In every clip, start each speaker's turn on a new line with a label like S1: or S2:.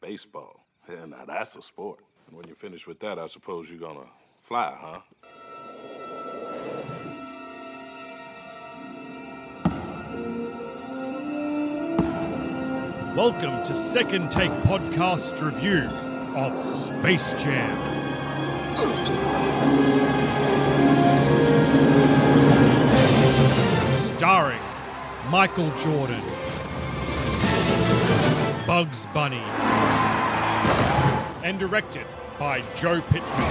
S1: Baseball. Hell, now that's a sport. And when you finish with that, I suppose you're gonna fly, huh?
S2: Welcome to Second Take Podcast's review of Space Jam. Starring Michael Jordan, Bugs Bunny, and directed by Joe Pitman.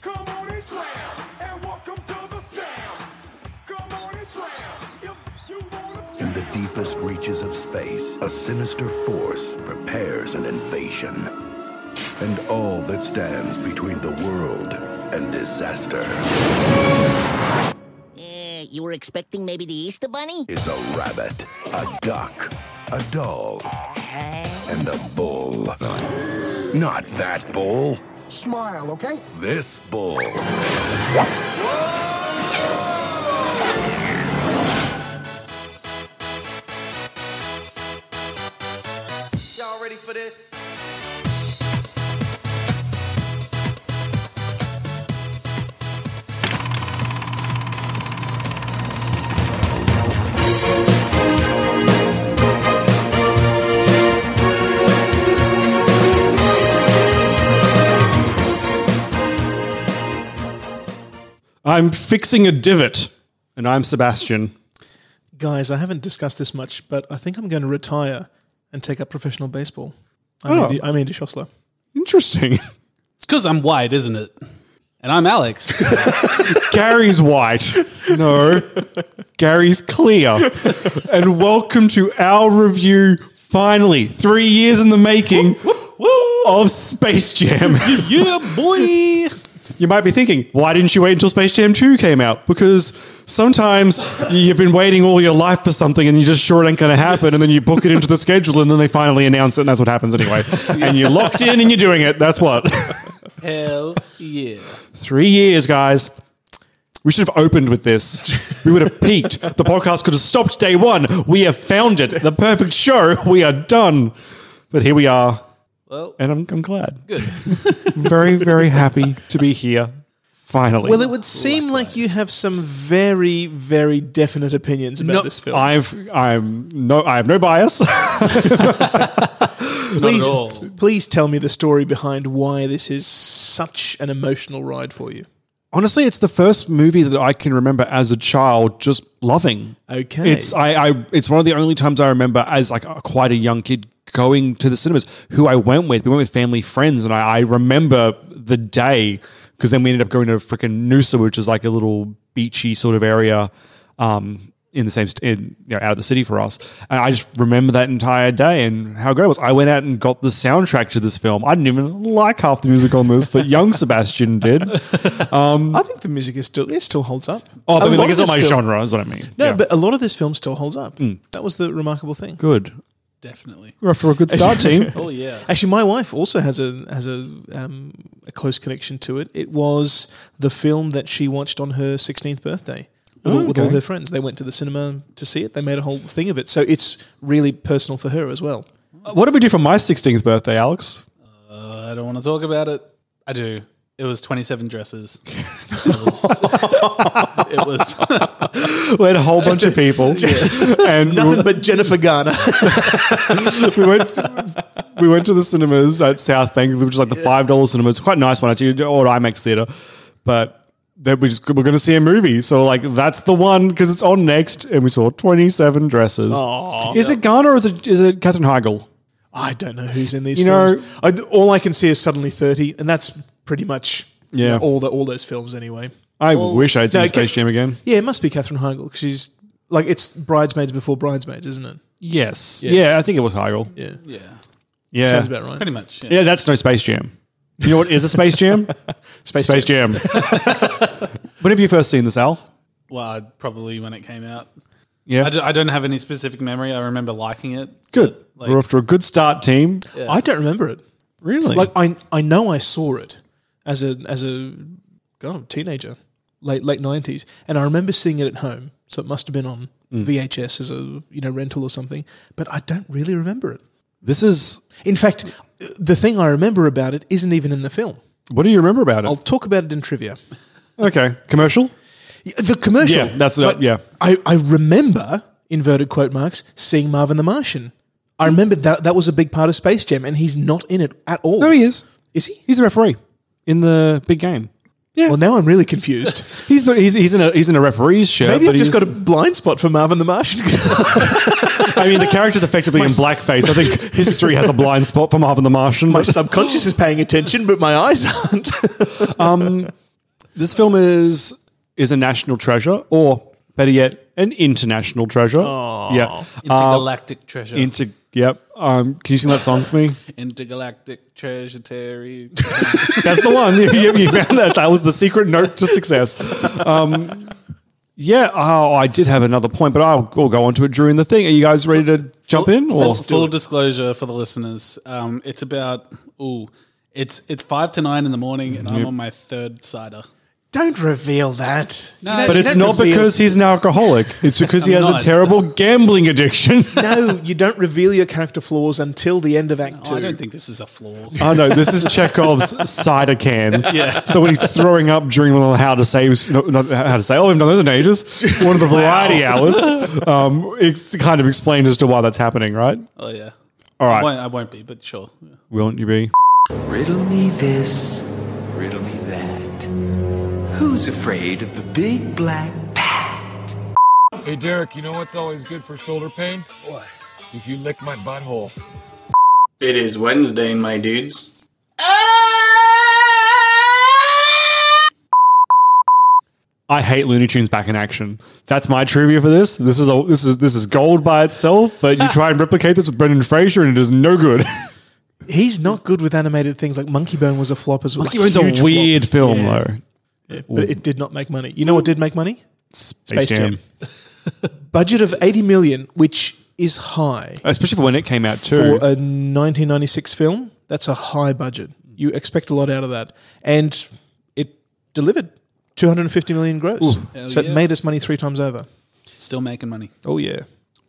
S3: Come on and slam, and welcome to the jam. Come on and slam, if you wanna jam.
S4: In the deepest reaches of space, a sinister force prepares an invasion. And all that stands between the world and disaster
S5: Eh, you were expecting maybe the Easter Bunny?
S4: is a rabbit, a duck, a doll, and a bull. Not that bull,
S3: Smile, okay?
S4: this bull.
S6: Y'all ready for this?
S7: I'm fixing a divot, and I'm Sebastian.
S8: Guys, I haven't discussed this much, but I think I'm going to retire and take up professional baseball. I'm,
S7: Oh.
S8: Andy, I'm Andy Schossler.
S7: Interesting.
S9: It's because I'm white, isn't it? And I'm Alex.
S7: Gary's white. No, Gary's clear. And welcome to our review, finally, three years in the making of Space Jam.
S9: yeah, boy.
S7: you might be thinking, why didn't you wait until Space Jam 2 came out? Because sometimes you've been waiting all your life for something and you just sure it ain't going to happen. And then you book it into the schedule and then they finally announce it and that's what happens anyway. And you're locked in and you're doing it. That's what.
S9: Hell yeah.
S7: Three years, guys. We should have opened with this. We would have peaked. The podcast could have stopped day one. We have found it. The perfect show. We are done. But here we are.
S9: Well,
S7: And I'm, I'm glad.
S9: good.
S7: I'm very, very happy to be here. Finally.
S8: Well, it would seem like you have some very, very definite opinions about
S9: No,
S8: this film.
S7: I've I'm no I have no bias.
S8: please,
S9: all.
S8: please tell me the story behind why this is such an emotional ride for you.
S7: Honestly, it's the first movie that I can remember as a child just loving.
S8: Okay.
S7: It's I, I it's one of the only times I remember as like a, quite a young kid going to the cinemas who I went with. We went with family friends and I, I remember the day because then we ended up going to freaking Noosa, which is like a little beachy sort of area um in the same st- in you know out of the city for us. And I just remember that entire day and how great it was. I went out and got the soundtrack to this film. I didn't even like half the music on this, but young Sebastian did.
S8: I think the music is still it still holds up.
S7: Oh, but
S8: A
S7: I mean, like,
S8: lot of
S7: it's not
S8: this
S7: my
S8: film-
S7: genre, is what I mean.
S8: No,
S7: Yeah. Hmm.
S8: but a lot of this film still holds up. That was the remarkable thing.
S7: good.
S9: Definitely.
S7: We're off to a good start, team.
S9: Oh, yeah.
S8: Actually, my wife also has a has a um, a close connection to it. It was the film that she watched on her 16th birthday with, all, with all
S7: okay.
S8: her friends. They went to the cinema to see it. They made a whole thing of it. So it's really personal for her as well.
S7: What did we do for my 16th birthday, Alex?
S9: I don't want to talk about it. I do. It was 27 dresses. It was. it was
S7: We had a whole bunch of people, and we,
S8: Nothing but Jennifer Garner.
S7: went- we went. We went to the cinemas at South Bank, which is like the five dollars cinema. It's quite a nice one actually, or IMAX theater. But then we just we're going to see a movie, so like that's the one because it's on next, and we saw twenty seven dresses. is it Garner or is it is it Catherine Heigl?
S8: I don't know who's in these
S7: You know-
S8: films. I, all I can see is suddenly 30, and that's pretty much you
S7: Yeah.
S8: know, all the all those films anyway.
S7: I
S8: Well,
S7: wish I'd seen
S8: no,
S7: Space
S8: Ca-
S7: Jam again.
S8: Yeah, it must be Catherine Heigl because she's like it's bridesmaids before bridesmaids, isn't it?
S7: Yes.
S8: Yeah.
S7: Yeah. I think it was Heigl.
S8: Yeah.
S9: Yeah.
S7: Yeah.
S8: Sounds about right.
S9: Pretty much, yeah.
S7: Yeah. that's no Space Jam. You know what is a Space Jam?
S8: Space
S7: Jam. when have you first seen this, Al?
S9: Well, I'd probably when it came out.
S7: Yeah.
S9: I, d- I don't have any specific memory. I remember liking it.
S7: Good.
S9: Like-
S7: We're off to a good start, team.
S8: I don't remember it.
S7: Really?
S8: Like I I know I saw it as a as a God, teenager, late late nineties, and I remember seeing it at home. So it must have been on
S7: Mm.
S8: VHS as a you know rental or something. But I don't really remember it.
S7: This is,
S8: in fact, the thing I remember about it isn't even in the film.
S7: What do you remember about it?
S8: I'll talk about it in trivia.
S7: okay. Commercial?
S8: Yeah, The commercial.
S7: Yeah, that's
S8: But
S7: yeah.
S8: I, I remember inverted quote marks seeing Marvin the Martian. I remember that that was a big part of Space Jam, and he's not in it at all. No, he
S7: is.
S8: Is he?
S7: He's a referee in the big game. Yeah.
S8: Well, now I'm really confused.
S7: he's, the, he's he's in a he's in a referee's shirt.
S8: Maybe
S7: but
S8: I've just
S7: he's-
S8: got a blind spot for Marvin the Martian.
S7: I mean, the character's effectively in blackface. I think history has a blind spot for Marvin the Martian. My
S8: subconscious is paying attention, but my eyes aren't.
S7: um, this film is is a national treasure, or better yet, an international treasure.
S9: Aw.
S7: yeah,
S9: Intergalactic
S7: Uh,
S9: treasure.
S7: Inter. Yep. Um, can you sing that song for me?
S9: Intergalactic Treasure Terry.
S7: That's the one. You, you- you found that. That was the secret note to success. Um, yeah. Oh, I did have another point, but I'll we'll go on to it during the thing. Are you guys ready to jump in? Or
S9: Full, full disclosure for the listeners. Um, it's about ooh, it's it's five to nine in the morning, and I'm
S7: Yep.
S9: on my third cider. Oh,
S8: Don't reveal that.
S9: No,
S7: but it's not because he's an alcoholic. It's because he
S8: I'm
S7: has
S8: not.
S7: a terrible gambling addiction.
S8: no, you don't reveal your character flaws until the end of Act Two.
S9: I don't think this is a flaw.
S7: Oh no, this is Chekhov's cider can.
S9: Yeah.
S7: So when he's throwing up during one of the how to say no, not how to say oh we've done those in ages one of the variety
S9: Wow.
S7: hours, um, it's kind of explained as to why that's happening, right?
S9: Oh yeah.
S7: All
S9: I
S7: right.
S9: won't, I won't be, but sure.
S7: Won't you be?
S10: Riddle me this, riddle me that. Who's afraid of the big black?
S11: Hey, Derek, you know what's always good for shoulder pain? What? If you lick my butthole.
S12: It is Wednesday, my dudes.
S7: I hate Looney Tunes back in action. That's my trivia for this. This is a, this is this is gold by itself, but you try and replicate this with Brendan Fraser, and it is no good.
S8: He's not good with animated things. Like Monkey Bone was a flop as well.
S7: Monkey Bone's a
S8: huge flop.
S7: weird film,
S8: Yeah.
S7: though.
S8: Yeah, but it did not make money. You know what did make money?
S7: Space Jam.
S8: Budget of eighty million, which is high
S7: Especially for when it came out
S8: for
S7: too.
S8: a nineteen ninety six film. That's a high budget. You expect a lot out of that, and it delivered two hundred and fifty million gross.
S9: Ooh. Hell
S8: So it
S9: yeah.
S8: made us money three times over.
S9: Still making money.
S8: Oh yeah.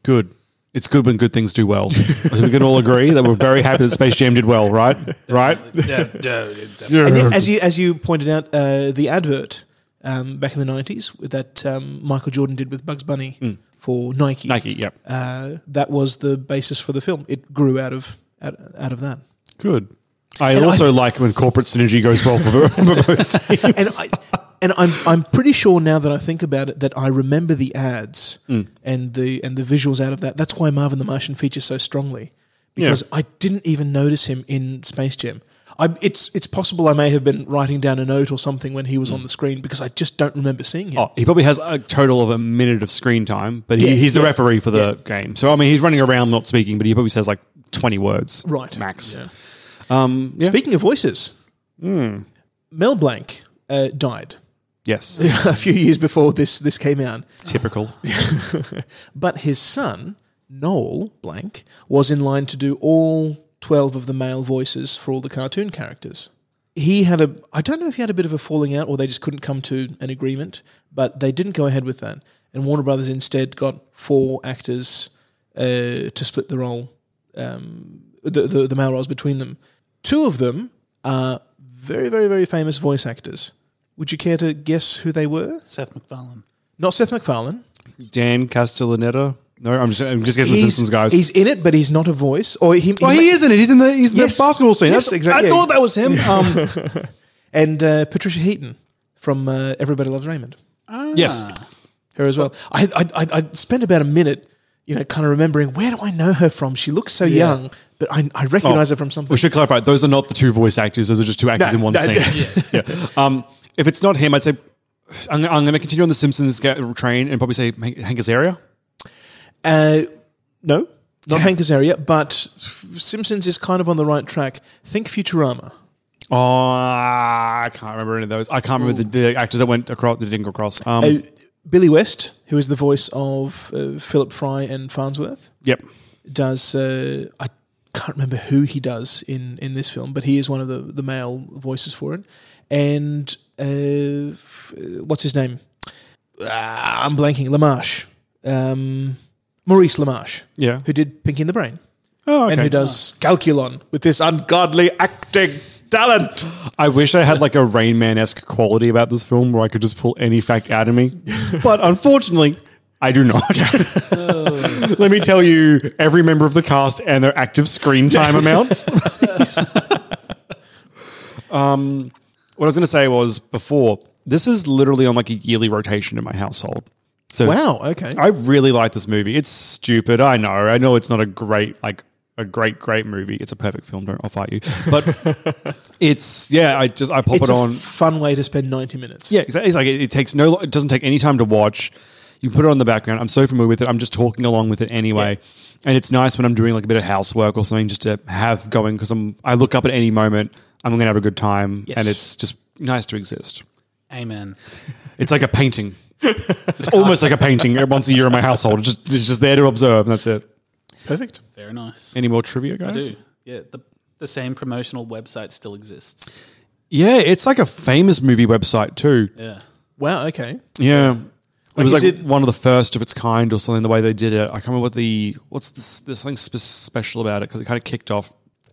S7: Good. It's good when good things do well. I think we can all agree that we're very happy that Space Jam did well, right? Right?
S9: Yeah, yeah,
S7: Yeah.
S8: And then, as you as you pointed out, uh, the advert um, back in the nineties that um, Michael Jordan did with Bugs Bunny
S7: Mm.
S8: for Nike.
S7: Nike, yep.
S8: Uh, that was the basis for the film. It grew out of out, out of that.
S7: Good. I
S8: And
S7: also like when corporate synergy goes well for, for both teams.
S8: and I, and I'm I'm pretty sure now that I think about it that I remember the ads
S7: Mm.
S8: and the and the visuals out of that. That's why Marvin the Martian features so strongly
S7: Yeah.
S8: because I didn't even notice him in Space Jam. I, it's it's possible I may have been writing down a note or something when he was on the screen because I just don't remember seeing him.
S7: Hmm. Oh, he probably has a total of a minute of screen time, but
S8: Yeah,
S7: he, he's the
S8: yeah,
S7: referee for the game. So, I mean, he's running around not speaking, but he probably says like 20 words.
S8: Right.
S7: Max. Um, yeah.
S8: Speaking of voices,
S7: Mm.
S8: Mel Blanc uh, died
S7: Yes.
S8: a few years before this this came out.
S7: Typical.
S8: but his son, Noel Blank, was in line to do all 12 of the male voices for all the cartoon characters. He had a, I don't know if he had a bit of a falling out or they just couldn't come to an agreement, but they didn't go ahead with that. And Warner Brothers instead got four actors uh, to split the role, um, the, the, the male roles between them. Two of them are very, very, very famous voice actors. Would you care to guess who they were?
S9: Seth MacFarlane.
S8: Not Seth MacFarlane.
S7: Dan Castellaneta. No, I'm just, I'm just guessing the
S8: He's-
S7: Simpsons guys.
S8: He's in it, but he's not a voice. Or he,
S7: Oh, he is in it. He's in the he's in the basketball scene.
S8: Yes,
S7: That's-
S8: exactly.
S7: I thought that was him. Um,
S8: and uh, Patricia Heaton from uh, Everybody Loves Raymond.
S7: Yes.
S8: her as well. I I, I I spent about a minute, you know, kind of remembering where do I know her from? She looks so
S7: Yeah.
S8: young, but I I recognize her from something.
S7: Oh. We should clarify. Those are not the two voice actors. Those are just two actors
S8: No,
S7: in one
S8: no,
S7: scene. Yeah. Um, if it's not him, I'd say I'm, I'm going to continue on the Simpsons ga- train and probably say Hank Hank Azaria.
S8: Uh, no, not Hank Azaria, but F- Simpsons is kind of on the right track. Think Futurama.
S7: Oh, I can't remember any of those. I can't remember the, the actors that went across that didn't go across. Um,
S8: Uh, Billy West, who is the voice of uh, Philip Fry and Farnsworth,
S7: yep.
S8: does uh, I can't remember who he does in in this film, but he is one of the the male voices for it. And uh, f- uh, what's his name? Ah, I'm blanking. Lamarche, um, Maurice Lamarche,
S7: Yeah.
S8: who did Pinky in the Brain,
S7: Oh,
S8: and
S7: okay.
S8: who does Calculon with this ungodly acting talent.
S7: I wish I had like a Rain Man esque quality about this film where I could just pull any fact out of me. But unfortunately, I do not.
S8: Oh.
S7: Let me tell you every member of the cast and their active screen time amounts. um, what I was going to say was before, this is literally on like a yearly rotation in my household. So
S8: Wow, okay.
S7: I really like this movie. It's stupid. I know. I know it's not a great, like, a great, great movie. It's a perfect film. Don't I'll fight you. But it's yeah. I just I pop
S8: it's
S7: it
S8: a
S7: on.
S8: fun way to spend ninety minutes.
S7: Yeah, exactly. It's like it, it takes no. It doesn't take any time to watch. You put it on the background. I'm so familiar with it. I'm just talking along with it anyway. And it's nice when I'm doing like a bit of housework or something just to have going because I'm. I look up at any moment. I'm going to have a good time,
S9: Yes.
S7: and it's just nice to exist.
S9: Amen.
S7: It's like a painting. It's almost like a painting once a year in my household. It's just, it's just there to observe, and that's it.
S8: Perfect.
S9: Very nice.
S7: Any more trivia, guys?
S9: I do. Yeah, the the same promotional website still exists.
S7: Yeah, it's like a famous movie website too.
S9: Yeah.
S8: Wow. Okay.
S7: Yeah.
S8: Like,
S7: it was
S8: is
S7: like
S8: it-
S7: one of the first of its kind or something, the way they did it. I can't remember what the, what's this, there's something spe- special about it because it kind of kicked off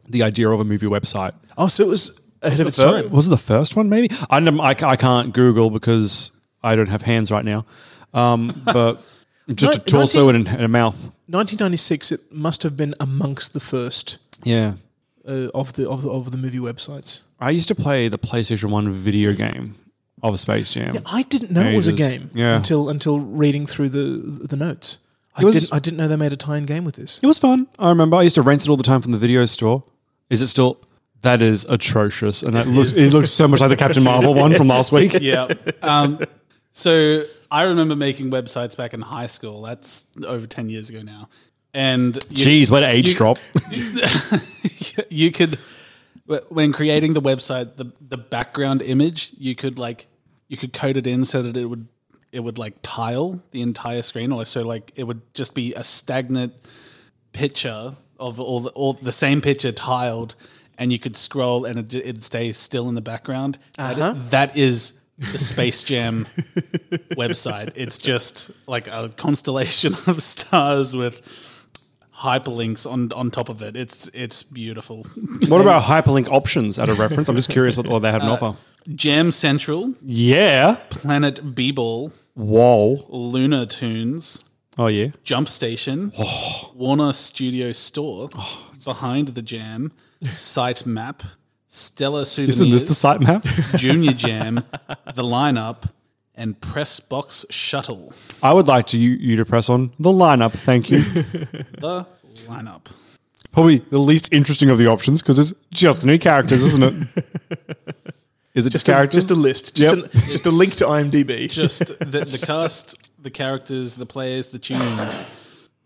S7: the idea of a movie website.
S8: Oh, so it was ahead of its
S7: The fir-
S8: time.
S7: Was it the first one maybe? I, don't- I, ca- I can't Google because I don't have hands right now. Um, but just
S8: Nin-
S7: a torso
S8: 19
S7: and, a- and a mouth.
S8: 1996. It must have been amongst the first
S7: Yeah.
S8: uh, of the of the of the movie websites.
S7: I used to play the PlayStation 1 video game of Space Jam.
S8: Yeah, I didn't know it was a
S7: Ages.
S8: game
S7: Yeah.
S8: until until reading through the the notes. I
S7: It was-
S8: didn't I didn't know they made a tie-in game with this.
S7: It was fun. I remember. I used to rent it all the time from the video store. Is it still? That is atrocious, and that looks. It looks so much like the Captain Marvel one from last week.
S9: yeah. Um, so I remember making websites back in high school. That's over 10 years ago now. And
S7: Jeez, what an age drop.
S9: you could, when creating the website, the, the background image, you could like, you could code it in so that it would, it would like tile the entire screen. Or so like it would just be a stagnant picture of all the, all the same picture tiled and you could scroll and it, it'd stay still in the background. That-
S8: Uh-huh.
S9: that is the Space Jam website. It's just like a constellation of stars with hyperlinks on, on top of it. It's it's beautiful.
S7: What about hyperlink options at a reference? I'm just curious what, what they had an
S9: Uh,
S7: offer.
S9: Jam Central,
S7: Yeah.
S9: Planet B Ball,
S7: Whoa.
S9: Lunar Tunes,
S7: Oh yeah.
S9: Jump Station,
S7: Oh.
S9: Warner Studio Store, Behind the Jam, Site Map, Stellar Souvenirs.
S7: Isn't this the site map?
S9: Junior Jam, The Lineup, and Press Box Shuttle.
S7: I would like to you, you to press on the lineup. Thank you.
S9: The lineup.
S7: Probably the least interesting of the options because it's just new characters, isn't it? Is it just,
S8: Just a,
S7: characters?
S8: just a list, just,
S7: Yep.
S8: an- just a link to IMDb.
S9: Just the, the cast, the characters, the players, the tunes.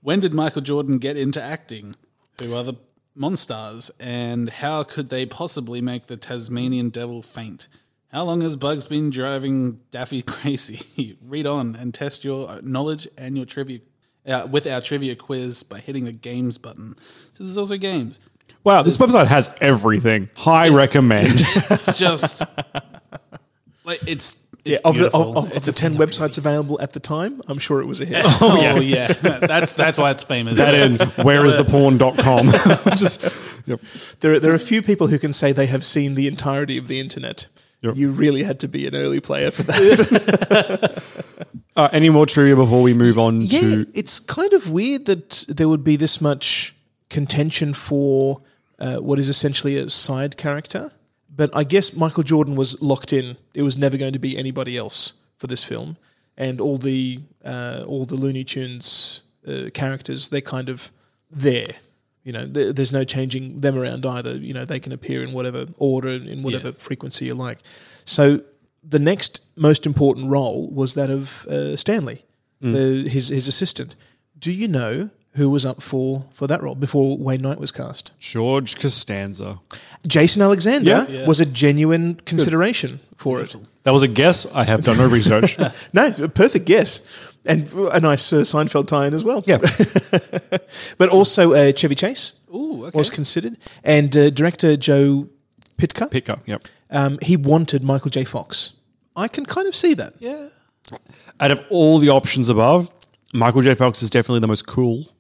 S9: When did Michael Jordan get into acting? Who are the monsters? And how could they possibly make the Tasmanian devil faint? How long has Bugs been driving Daffy crazy? Read on and test your knowledge and your trivia uh, with our trivia quiz by hitting the games button. So there's also games.
S7: Wow, this website has everything. High recommend.
S9: Just like it's, it's
S8: yeah, of the, of,
S9: beautiful.
S8: of, of the ten websites available at the time, I'm sure it was a hit.
S9: Oh, yeah. that's that's why it's famous.
S7: that in whereistheporn.com. just yep.
S8: There, are, there are few people who can say they have seen the entirety of the internet. You really had to be an early player for that.
S7: uh, any more trivia before we move on
S8: yeah,
S7: to
S8: it's kind of weird that there would be this much contention for uh, what is essentially a side character. But I guess Michael Jordan was locked in; it was never going to be anybody else for this film, and all the uh, all the Looney Tunes uh, characters they're kind of there. You know, there, there's no changing them around either. You know, they can appear in whatever order, in whatever frequency you like. So the next most important role was that of uh, Stanley, the, his his assistant. Do you know who was up for for that role before Wayne Knight was cast?
S7: George Costanza.
S8: Jason Alexander
S7: Yeah. Yeah.
S8: was a genuine consideration for it.
S7: That was a guess. I have done no research.
S8: no, a perfect guess. And a nice uh, Seinfeld tie in as well. Yeah. but also uh, Chevy Chase
S9: Ooh, okay.
S8: was considered. And uh, director Joe Pitka.
S7: Pitka, yep.
S8: Um, he wanted Michael J. Fox. I can kind of see that.
S9: Yeah.
S7: Out of all the options above, Michael J. Fox is definitely the most cool.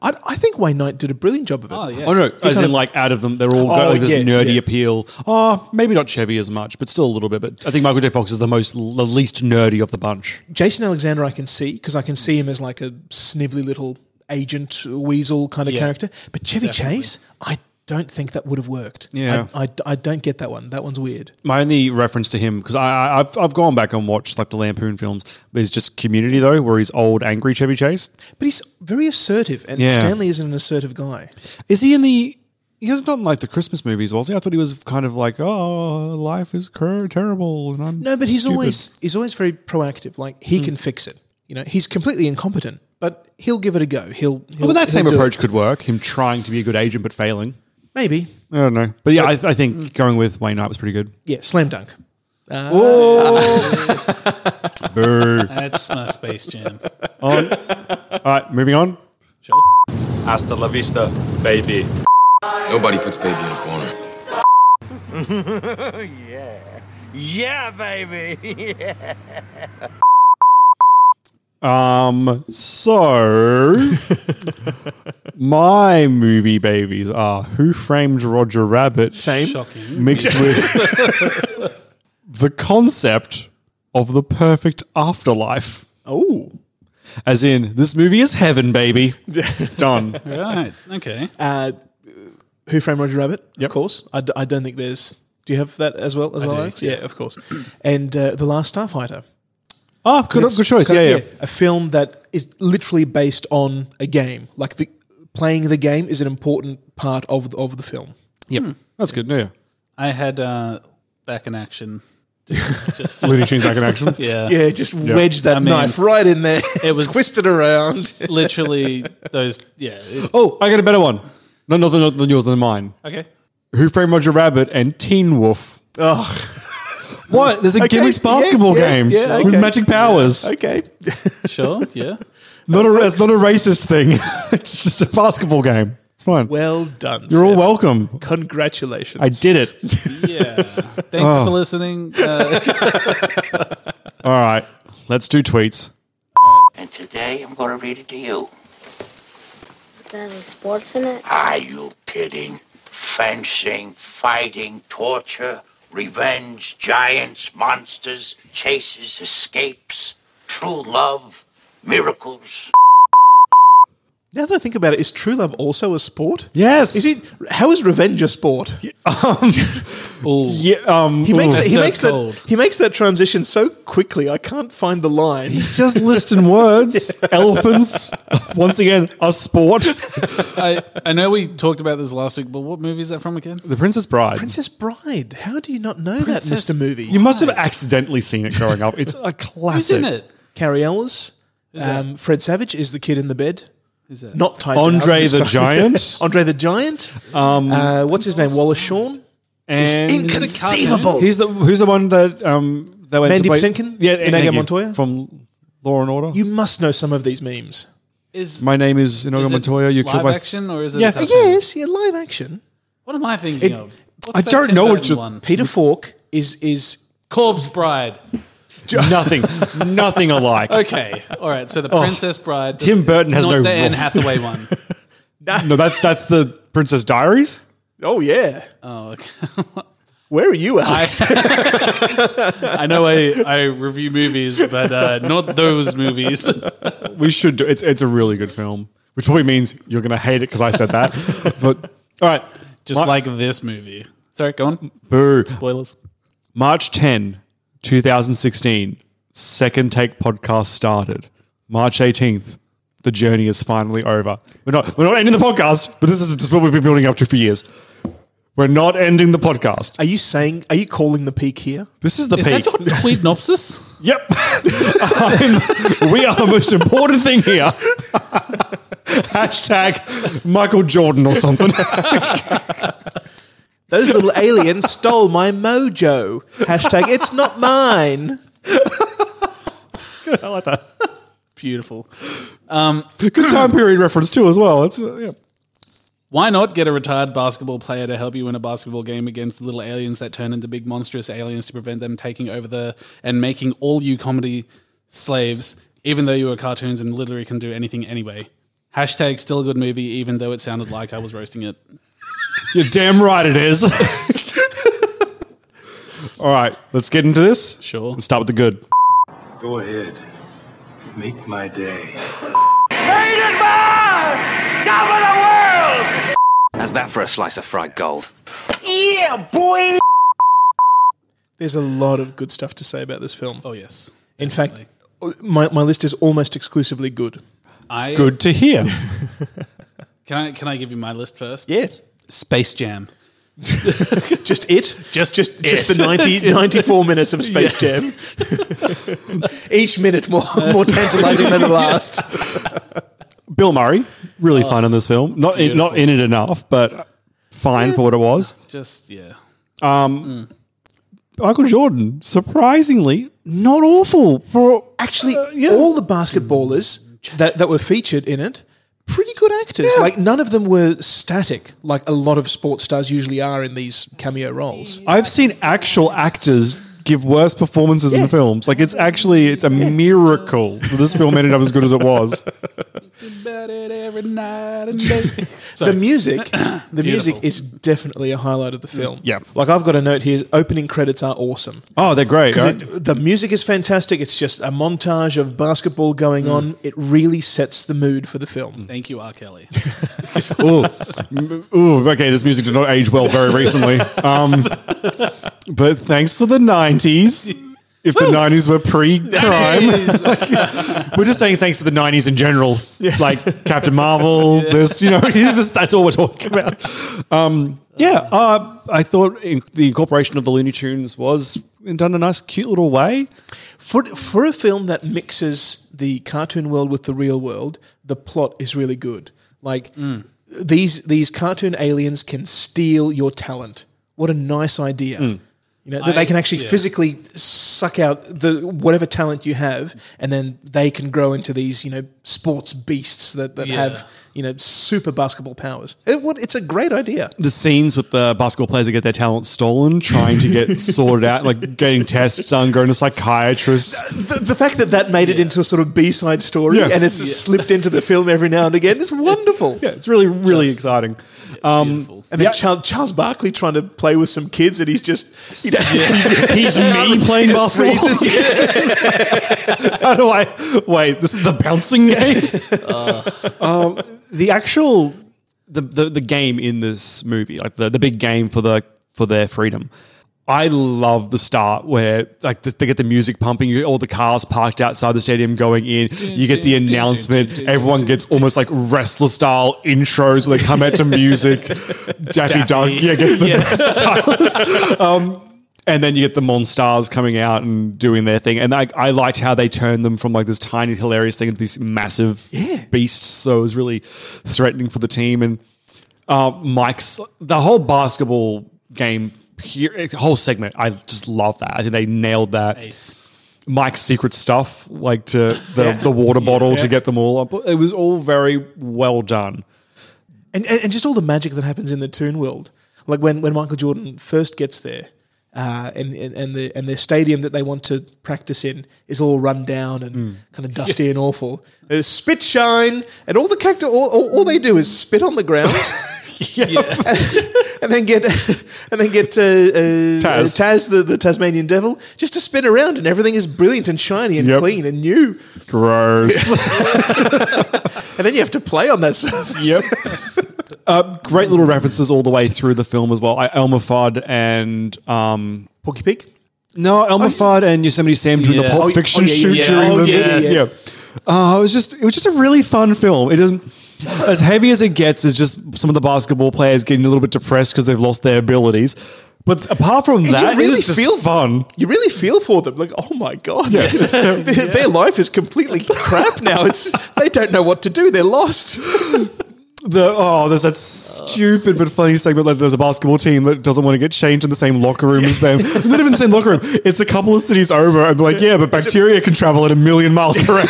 S8: I, I think Wayne Knight did a brilliant job of it.
S7: Oh, no,
S8: He
S7: as
S8: kind
S7: in
S8: of-
S7: like out of them, they're all got
S8: Oh,
S7: like this
S8: yeah,
S7: nerdy
S8: yeah.
S7: appeal. Oh, maybe not Chevy as much, but still a little bit. But I think Michael J. Fox is the most, the least nerdy of the bunch.
S8: Jason Alexander, I can see because I can see him as like a snivelly little agent weasel kind of
S7: Yeah.
S8: character. But Chevy
S7: Definitely.
S8: Chase, I don't think that would have worked.
S7: Yeah.
S8: I, I, I don't get that one. That one's weird.
S7: My only reference to him because I, I, I've I've gone back and watched like the Lampoon films, but it's just Community though, where he's old, angry Chevy Chase.
S8: But he's very assertive, and
S7: Yeah.
S8: Stanley isn't an assertive guy.
S7: Is he in the? He was not in, like the Christmas movies, was he? I thought he was kind of like, oh, life is cur- terrible, and I'm
S8: No, but he's
S7: stupid."
S8: always he's always very proactive. Like he
S7: Mm.
S8: can fix it. You know, he's completely incompetent, but he'll give it a go. He'll.
S7: Oh,
S8: he'll
S7: but that
S8: he'll
S7: same
S8: do it.
S7: approach could work. Him trying to be a good agent but failing.
S8: maybe.
S7: I don't know, but yeah, I, I think
S8: Mm.
S7: going with Wayne Knight was pretty good.
S8: Yeah, slam dunk.
S7: Boo.
S9: That's my Space Jam.
S7: On. All right, moving on.
S13: Hasta la vista, baby.
S11: Nobody puts baby in a corner.
S6: yeah. Yeah, baby. yeah.
S7: Um, so my movie babies are Who Framed Roger Rabbit? Same,
S9: Shocking.
S7: mixed with the concept of the perfect afterlife.
S8: Oh,
S7: as in this movie is heaven, baby. Done.
S9: Right. Okay.
S8: Uh, Who Framed Roger Rabbit? Of course. I, d- I don't think there's. Do you have that as well? As
S9: I
S8: well,
S9: do,
S8: Alex?
S9: yeah.
S8: Yeah. of course. and uh, the Last Starfighter.
S7: Ah, good-
S8: It's
S7: good choice.
S8: kind of-
S7: Yeah, yeah.
S8: A film that is literally based on a game. Like the playing the game is an important part of the, of the film.
S7: Yep. That's good. Yeah.
S9: I had uh, back in action. Just
S7: Looney Tunes Back in Action?
S9: Yeah.
S8: Yeah, just wedge that knife right in there.
S9: It was
S8: twisted around.
S9: literally those. Yeah. it-
S7: Oh, I got a better one. No, no, no, than yours, than mine.
S9: Okay.
S7: Who Framed Roger Rabbit and Teen Wolf. Ugh. What? There's a
S9: Okay,
S7: gimmicks
S9: yeah,
S7: basketball
S9: yeah,
S7: game
S9: yeah,
S7: with
S9: okay.
S7: magic powers.
S8: Okay.
S9: Sure. Yeah.
S7: Not a, it's not a racist thing. it's just a basketball game. It's fine.
S8: Well done.
S7: You're all welcome.
S8: Congratulations.
S7: I did it.
S9: Yeah. Thanks
S7: Oh.
S9: for listening. Uh,
S7: All right. Let's do tweets.
S14: And today I'm gonna read it to you.
S15: Is there any sports in it?
S14: Are you kidding? Fencing, fighting, torture, revenge, giants, monsters, chases, escapes, true love, miracles.
S8: Now that I think about it, is true love also a sport?
S7: Yes.
S8: Is it? How is revenge a sport?
S7: yeah, um,
S8: he makes
S7: ooh.
S8: that,
S7: That's
S8: he
S7: so
S8: makes that
S7: cold.
S8: he makes that transition so quickly. I can't find the line.
S7: He's just listing words. Elephants. Once again, a sport.
S9: I, I know we talked about this last week, but what movie is that from again?
S7: The Princess Bride.
S8: Princess Bride. How do you not know that,
S9: Princess
S8: Mister Movie?
S7: You must have accidentally seen it growing up. It's a classic.
S8: Carrie Ellis.
S7: Who's that?
S8: Um, Fred Savage is the kid in the bed.
S9: Who's
S7: that?
S8: Not Ty
S7: Andre
S8: Dowd this
S7: the
S8: time.
S7: Giant?
S8: Andre the Giant.
S7: Um,
S8: uh, what's his name? Wallace Shawn.
S7: And
S8: it's inconceivable.
S7: He's the who's the one that um that went
S8: Mandy
S7: to play-
S8: Patinkin?
S7: yeah,
S8: Inagha
S7: Inagha
S8: Montoya?
S7: from Law and Order.
S8: You must know some of these memes.
S9: Is
S7: My name is Inagha
S9: Is it
S7: Montoya. You killed
S9: live
S7: my
S9: action or is it? a
S8: yeah,
S9: cartoon?
S8: yes, yeah, live action.
S9: What am I thinking
S8: It-
S9: of? What's that Tim Burton one?
S8: Peter Falk is is
S9: Corpse Bride.
S7: nothing, nothing alike.
S9: Okay, all right. So the
S7: Oh.
S9: Princess Bride.
S7: Tim Burton has
S9: not
S7: no
S9: the Anne
S7: role.
S9: Hathaway one.
S7: no, that that's the Princess Diaries.
S8: Oh yeah.
S9: Oh, okay.
S8: Where are you,
S9: I,
S8: Alex?
S9: I know I, I review movies, but uh, not those movies.
S7: We should do it's it's a really good film, which probably means you're gonna hate it because I said that. but all right,
S9: Just
S7: My-
S9: like this movie. Sorry, go on.
S7: Boo.
S9: Spoilers.
S7: March 10, 2016, second take podcast started. March 18th, the journey is finally over. We're not we're not ending the podcast, but this is just what we've been building up to for years. We're not ending the podcast.
S8: Are you saying? Are you calling the peak here?
S7: This is the
S9: Is
S7: peak.
S9: that your tweednopsis?
S7: yep. I'm- we are the most important thing here. Hashtag Michael Jordan or something.
S8: Those little aliens stole my mojo. Hashtag it's not mine.
S7: I like that.
S9: Beautiful. Um,
S7: Good time period reference too, as well. It's uh, yeah.
S9: Why not get a retired basketball player to help you win a basketball game against the little aliens that turn into big monstrous aliens to prevent them taking over the and making all you comedy slaves, even though you are cartoons and literally can do anything anyway. Hashtag still a good movie, even though it sounded like I was roasting it.
S7: You're damn right it is. All right, let's get into this.
S9: Sure.
S7: Let's start with the good.
S16: Go ahead. Make my day.
S3: Top of the world!
S17: How's that for a slice of fried gold?
S3: Yeah, boy!
S8: There's a lot of good stuff to say about this film.
S9: Oh yes.
S8: In fact, my, my list is almost exclusively good.
S9: I Can I can I give you my list first?
S8: Yeah.
S9: Space Jam.
S8: just it?
S9: Just
S8: just the 90, 94 minutes of Space
S9: Yeah.
S8: Jam. Each minute more more tantalizing than the last.
S7: Bill Murray, really
S9: Oh,
S7: fun in this film. Not in, not
S9: beautiful.
S7: in it enough, but fine for what it was.
S9: Just yeah.
S7: Um, Michael Jordan, surprisingly, not awful for uh,
S8: actually all the basketballers that, that were featured in it pretty good actors like none of them were static like a lot of sports stars usually are in these cameo roles
S7: I've seen actual actors give worse performances in films. Like it's actually it's a miracle that this film ended up as good as it was.
S8: the music the music is definitely a highlight of the film
S7: Yeah.
S8: like i've got a note here opening credits are awesome
S7: Oh, they're great.
S8: 'Cause
S7: right?
S8: it- the music is fantastic it's just a montage of basketball going on it really sets the mood for the film
S9: Thank you, R. Kelly.
S7: Ooh. Ooh, okay, this music did not age well very recently. Um, but thanks for the 90s. If the 90s were pre crime, we're just saying thanks to the 90s in general, like Captain Marvel, this, you know, you just that's all we're talking about. Um, yeah, uh, I thought in, the incorporation of the Looney Tunes was done in a nice, cute little way.
S8: For for a film that mixes the cartoon world with the real world, the plot is really good. Like
S7: Mm.
S8: these these cartoon aliens can steal your talent. What a nice idea.
S7: Mm.
S8: You know, that
S9: I-
S8: they can actually
S9: yeah.
S8: physically suck out the whatever talent you have, and then they can grow into these, you know, sports beasts that, that
S9: Yeah.
S8: have, you know, super basketball powers. It, what, it's a great idea.
S7: the scenes with the basketball players that get their talent stolen, trying to get sorted out, like getting tests done, going to psychiatrists.
S8: The, the fact that that made it into a sort of B side story
S7: Yeah.
S8: and it's
S7: Yeah.
S8: slipped into the film every now and again is wonderful.
S7: yeah, it's really, really exciting. Um,
S8: And then Charles, Charles Barkley trying to play with some kids, and he's just you know,
S7: He's me playing basketball. How do I wait? This is the bouncing game. um, the actual the, the the game in this movie, like the the big game for the for their freedom. I love the start where like th- they get the music pumping, you get all the cars parked outside the stadium going in. You get the announcement. Everyone gets almost like wrestler style intros where they come out to music. Daffy Duck, yeah, gets the best silence. Um, and then you get the Monstars coming out and doing their thing. And I, I liked how they turned them from like this tiny, hilarious thing into these massive beasts. So it was really threatening for the team. And uh, Mike's, the whole basketball game, here, whole segment, I just love that. I think they nailed that. Mike's secret stuff, like to the, the water bottle
S8: Yeah.
S7: to get them all up. It was all very well done.
S8: and, and, and just all the magic that happens in the Toon World. Like when, when Michael Jordan first gets there, uh, and, and and the and their stadium that they want to practice in is all run down and kind of dusty and awful. There's spit shine, and all the character all, all, all they do is spit on the ground. and then get and then get uh, uh, Taz, Taz the, the Tasmanian devil, just to spin around, and everything is brilliant and shiny and
S7: Yep.
S8: clean and new.
S7: Gross.
S8: And then you have to play on that surface.
S7: Yep. Uh, great little references all the way through the film as well. I, Elmer Fudd and um,
S8: Porky Pig.
S7: No, Elmer
S8: Oh, he's-
S7: Fudd and Yosemite Sam doing the
S8: Yeah.
S7: Pulp
S8: Oh, y-
S7: Fiction
S8: oh, yeah,
S7: shoot
S8: yeah, yeah.
S7: during
S8: Oh,
S7: the
S8: yeah,
S7: yeah.
S8: yeah.
S7: Uh, it was just it was just a really fun film. It doesn't. as heavy as it gets is just some of the basketball players getting a little bit depressed because they've lost their abilities. But apart from
S8: You
S7: that,
S8: really
S7: it is just
S8: feel-
S7: fun.
S8: You really feel for them. Like, oh my god,
S7: Yeah.
S8: It's ter- their, their life is completely crap now. It's they don't know what to do. They're lost.
S7: The oh, there's that stupid but funny segment that there's a basketball team that doesn't want to get changed in the same locker room as them. It's not even the same locker room. It's a couple of cities over, and like, yeah, but bacteria can travel at a million miles per hour.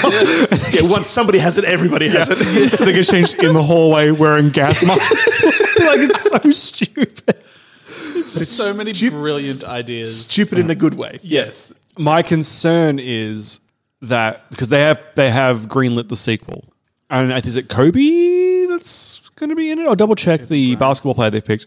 S8: yeah, once somebody has it, everybody has it.
S7: so they get changed in the hallway wearing gas masks. like it's so stupid.
S9: so many brilliant ideas.
S8: Stupid in a good way.
S9: Yes.
S7: My concern is that because they have they have greenlit the sequel, and I think- is it Kobe that's going to be in it? I'll double check the basketball player they've picked.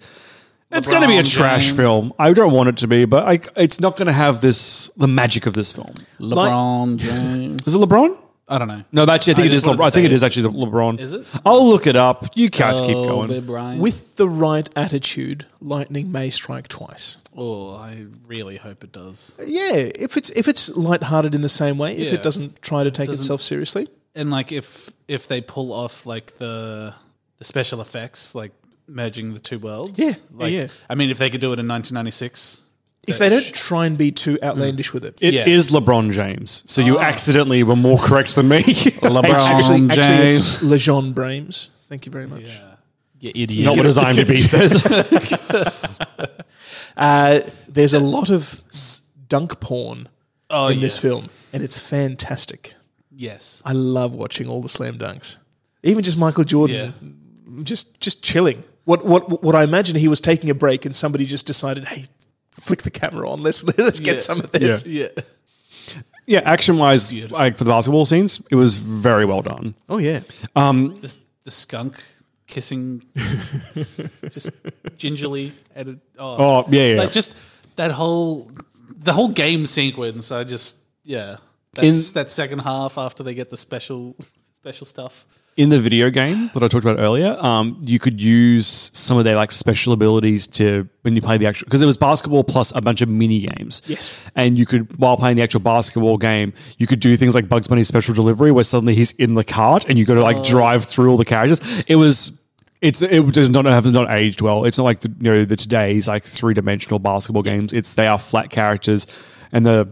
S7: It's going to be a
S9: LeBron
S7: trash
S9: James.
S7: film. I don't want it to be, but I, it's not going to have this the magic of this film.
S9: LeBron James.
S7: Is it LeBron?
S9: I don't know.
S7: No, actually, I think
S9: I
S7: it
S9: just
S7: is.
S9: wanted
S7: LeBron.
S9: to
S7: I think
S9: say
S7: it is
S9: it.
S7: actually LeBron.
S9: Is it? Oh,
S7: I'll look it up. You guys keep
S9: Kobe
S7: going.
S9: Bryant.
S8: With the right attitude, lightning may strike twice.
S9: Oh, I really hope it does.
S8: Yeah, if it's if it's lighthearted in the same way, if
S9: Yeah.
S8: it doesn't try to take
S9: Doesn't-
S8: itself seriously,
S9: And like if if they pull off like the the special effects, like merging the two worlds.
S8: Yeah,
S9: Like,
S8: yeah.
S9: I mean, if they could do it in 1996.
S8: if they don't try and be too outlandish with it,
S7: It is
S9: Yeah.
S7: LeBron James. So
S9: Oh.
S7: you accidentally were more correct than me. LeBron
S8: actually, actually, it's Lejean Brames. Thank you very much.
S9: You
S7: idiot. Not what his IMDb says.
S8: uh, there's a lot of s- dunk porn
S9: Oh,
S8: in this
S9: yeah.
S8: film, and it's fantastic.
S9: Yes.
S8: I love watching all the slam dunks, even just Michael Jordan, just just chilling. What what what I imagine he was taking a break, and somebody just decided, hey, flick the camera on. Let's let's
S9: Yeah.
S8: get some of this.
S9: Yeah.
S7: yeah, action wise, like for the basketball scenes, it was very well done.
S8: Oh yeah.
S7: Um,
S9: The, the skunk kissing just gingerly at a,
S7: Oh, yeah, yeah.
S9: Like just that whole the whole game sequence. I just yeah.
S7: In-
S9: That's that second half after they get the special special stuff.
S7: in the video game that I talked about earlier, um, you could use some of their like special abilities to when you play the actual because it was basketball plus a bunch of mini games.
S8: Yes.
S7: and you could while playing the actual basketball game, you could do things like Bugs Bunny's special delivery, where suddenly he's in the cart and you got to like
S9: Oh.
S7: drive through all the characters. It was. It's it does not have not aged well. It's not like the, you know the today's like three dimensional basketball games. It's they are flat characters, and the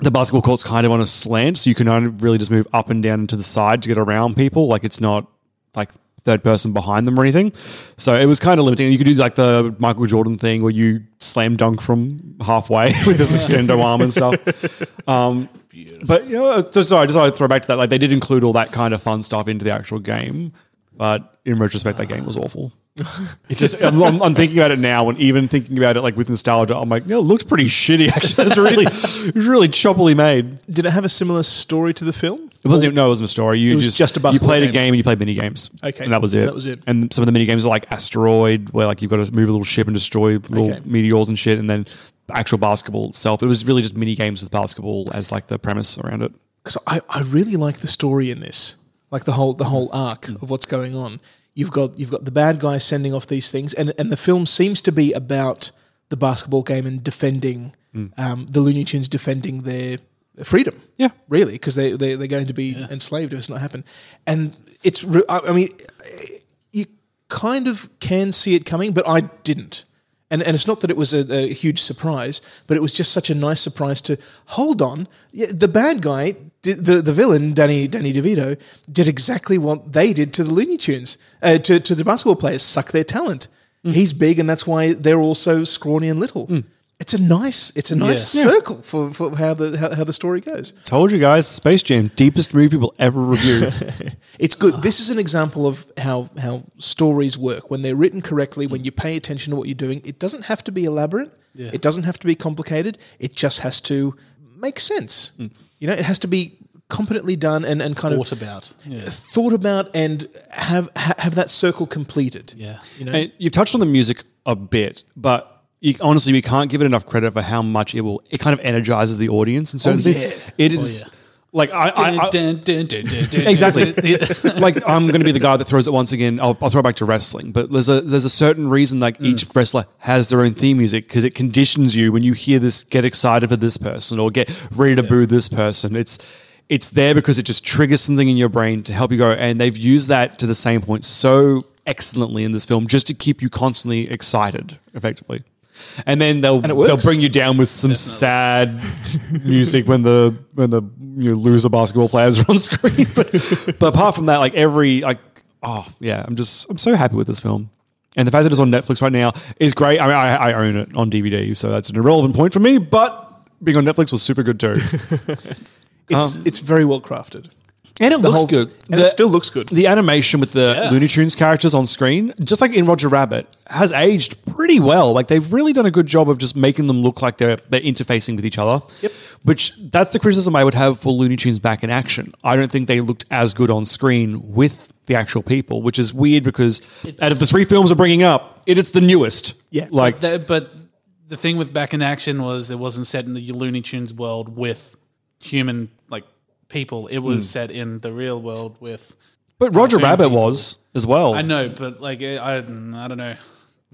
S7: the basketball court's kind of on a slant, so you can only really just move up and down and to the side to get around people. Like it's not like third person behind them or anything. So it was kind of limiting. You could do like the Michael Jordan thing where you slam dunk from halfway with this extendo arm and stuff. Um, but you know, so sorry, I just wanted to throw back to that. Like they did include all that kind of fun stuff into the actual game, but in retrospect, that game was awful. It just I'm, I'm, I'm thinking about it now, and even thinking about it like with nostalgia, I'm like, no, it looked pretty shitty. Actually, it's really, it was really choppily made.
S8: Did it have a similar story to the film?
S7: It wasn't even, no, it wasn't a story. You
S8: It was
S7: just
S8: just a
S7: you
S8: basketball
S7: played a
S8: game.
S7: game and you played mini games.
S8: Okay.
S7: and that was it.
S8: That was it.
S7: And some of the mini games are like asteroid, where like you've got to move a little ship and destroy little
S8: Okay.
S7: meteors and shit, and then actual basketball itself. It was really just mini games with basketball as like the premise around it.
S8: because I, I really like the story in this, like the whole the whole arc of what's going on. You've got you've got the bad guy sending off these things, and and the film seems to be about the basketball game and defending um, the Looney Tunes defending their freedom.
S7: Yeah,
S8: really, because they they they're going to be enslaved if it's not happened. And it's re- I I mean, you kind of can see it coming, but I didn't. And, and it's not that it was a, a huge surprise, but it was just such a nice surprise to hold on. Yeah, The bad guy, did, the the villain, Danny Danny DeVito, did exactly what they did to the Looney Tunes, uh, to to the basketball players, suck their talent. He's big, and that's why they're all so scrawny and little. It's a nice it's a nice
S7: Yeah. Yeah.
S8: circle for, for how the how, how the story goes.
S7: Told you guys, Space Jam, deepest movie we'll ever review.
S8: It's good. This is an example of how how stories work when they're written correctly. When you pay attention to what you're doing, it doesn't have to be elaborate.
S9: Yeah.
S8: It doesn't have to be complicated. It just has to make sense.
S7: Mm.
S8: You know, it has to be competently done and, and kind
S9: Thought
S8: of
S9: about. Yeah.
S8: thought about and have ha- have that circle completed.
S9: Yeah.
S8: You know,
S7: And you've touched on the music a bit, but you, honestly, we can't give it enough credit for how much it will. It kind of energizes the audience and certain
S9: Oh, yeah.
S7: things. It is like I, I, I
S9: Dun, dun, dun, dun, dun,
S7: exactly.
S9: dun, dun, dun.
S7: like I'm going to be the guy that throws it once again. I'll, I'll throw it back to wrestling, but there's a there's a certain reason like each
S8: Mm.
S7: wrestler has their own theme music because it conditions you when you hear this, get excited for this person or get ready to boo this person. It's It's there because it just triggers something in your brain to help you go. And they've used that to the same point so excellently in this film, just to keep you constantly excited, effectively. And then they'll
S8: And it works.
S7: they'll bring you down with some sad music when the when the you know, loser basketball players are on screen. But, but apart from that, like every like oh yeah, I'm just I'm so happy with this film. And the fact that it's on Netflix right now is great. I mean, I, I own it on DVD, so that's an irrelevant point for me. But being on Netflix was super good too.
S8: It's
S7: Um,
S8: it's very well crafted.
S7: And it
S8: The
S7: looks
S8: whole-
S7: good.
S8: and it still looks good.
S7: The animation with the
S8: Yeah.
S7: Looney Tunes characters on screen, just like in Roger Rabbit, has aged pretty well. Like they've really done a good job of just making them look like they're they're interfacing with each other. Yep. Which that's the criticism I would have for Looney Tunes back in action. I don't think they looked as good on screen with the actual people, which is weird because out of the three films we're bringing up, it, it's the newest. Yeah. Like
S9: The- but the thing with Back in Action was it wasn't set in the Looney Tunes world with human like people. It was
S7: Hmm.
S9: set in the real world with.
S7: But Roger
S9: cartoon
S7: Rabbit
S9: people.
S7: was as well.
S9: I know, but like I, I, I don't know.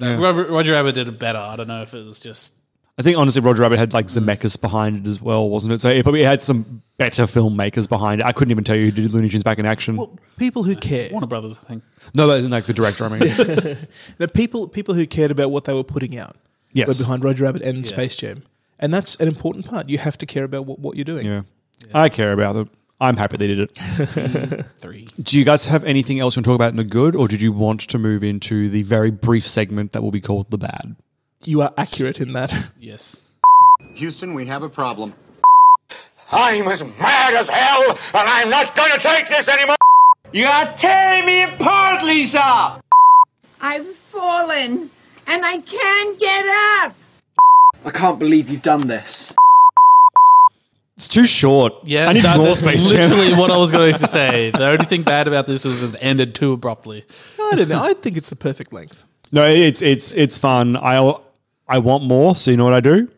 S7: Oh. Yeah.
S9: Roger, Roger Rabbit did it better. I don't know if it was just
S7: I think honestly, Roger Rabbit had like Zemeckis behind it as well, wasn't it? So it probably had some better filmmakers behind it. I couldn't even tell you who did Looney Tunes back in action.
S8: People
S7: uh,
S8: who care.
S9: Warner Brothers, I think.
S7: no, that isn't like the director. I mean,
S8: the people people who cared about what they were putting out
S7: Yes.
S8: were behind Roger Rabbit and
S7: Yeah.
S8: Space Jam, and that's an important part. You have to care about what, what you're doing.
S7: yeah. I care about them. I'm happy they did it. Three. Do you guys have anything else you want to talk about in the good, or did you want to move into the very brief segment that will be called the bad?
S8: You are accurate in that.
S9: Yes.
S18: Houston, we have a problem.
S3: I'm as mad as hell, and I'm not gonna take this anymore! You are tearing me apart, Lisa!
S19: I've fallen and I can't get up.
S20: I can't believe you've done this.
S7: It's too short.
S9: Yeah,
S7: I need
S9: that-
S7: more
S9: that's
S7: space. Jam.
S9: literally what I was going to say. The only thing bad about this was it ended too abruptly.
S8: I don't know. I think it's the perfect length.
S7: No, it's it's it's fun. I I want more. So you know what I do?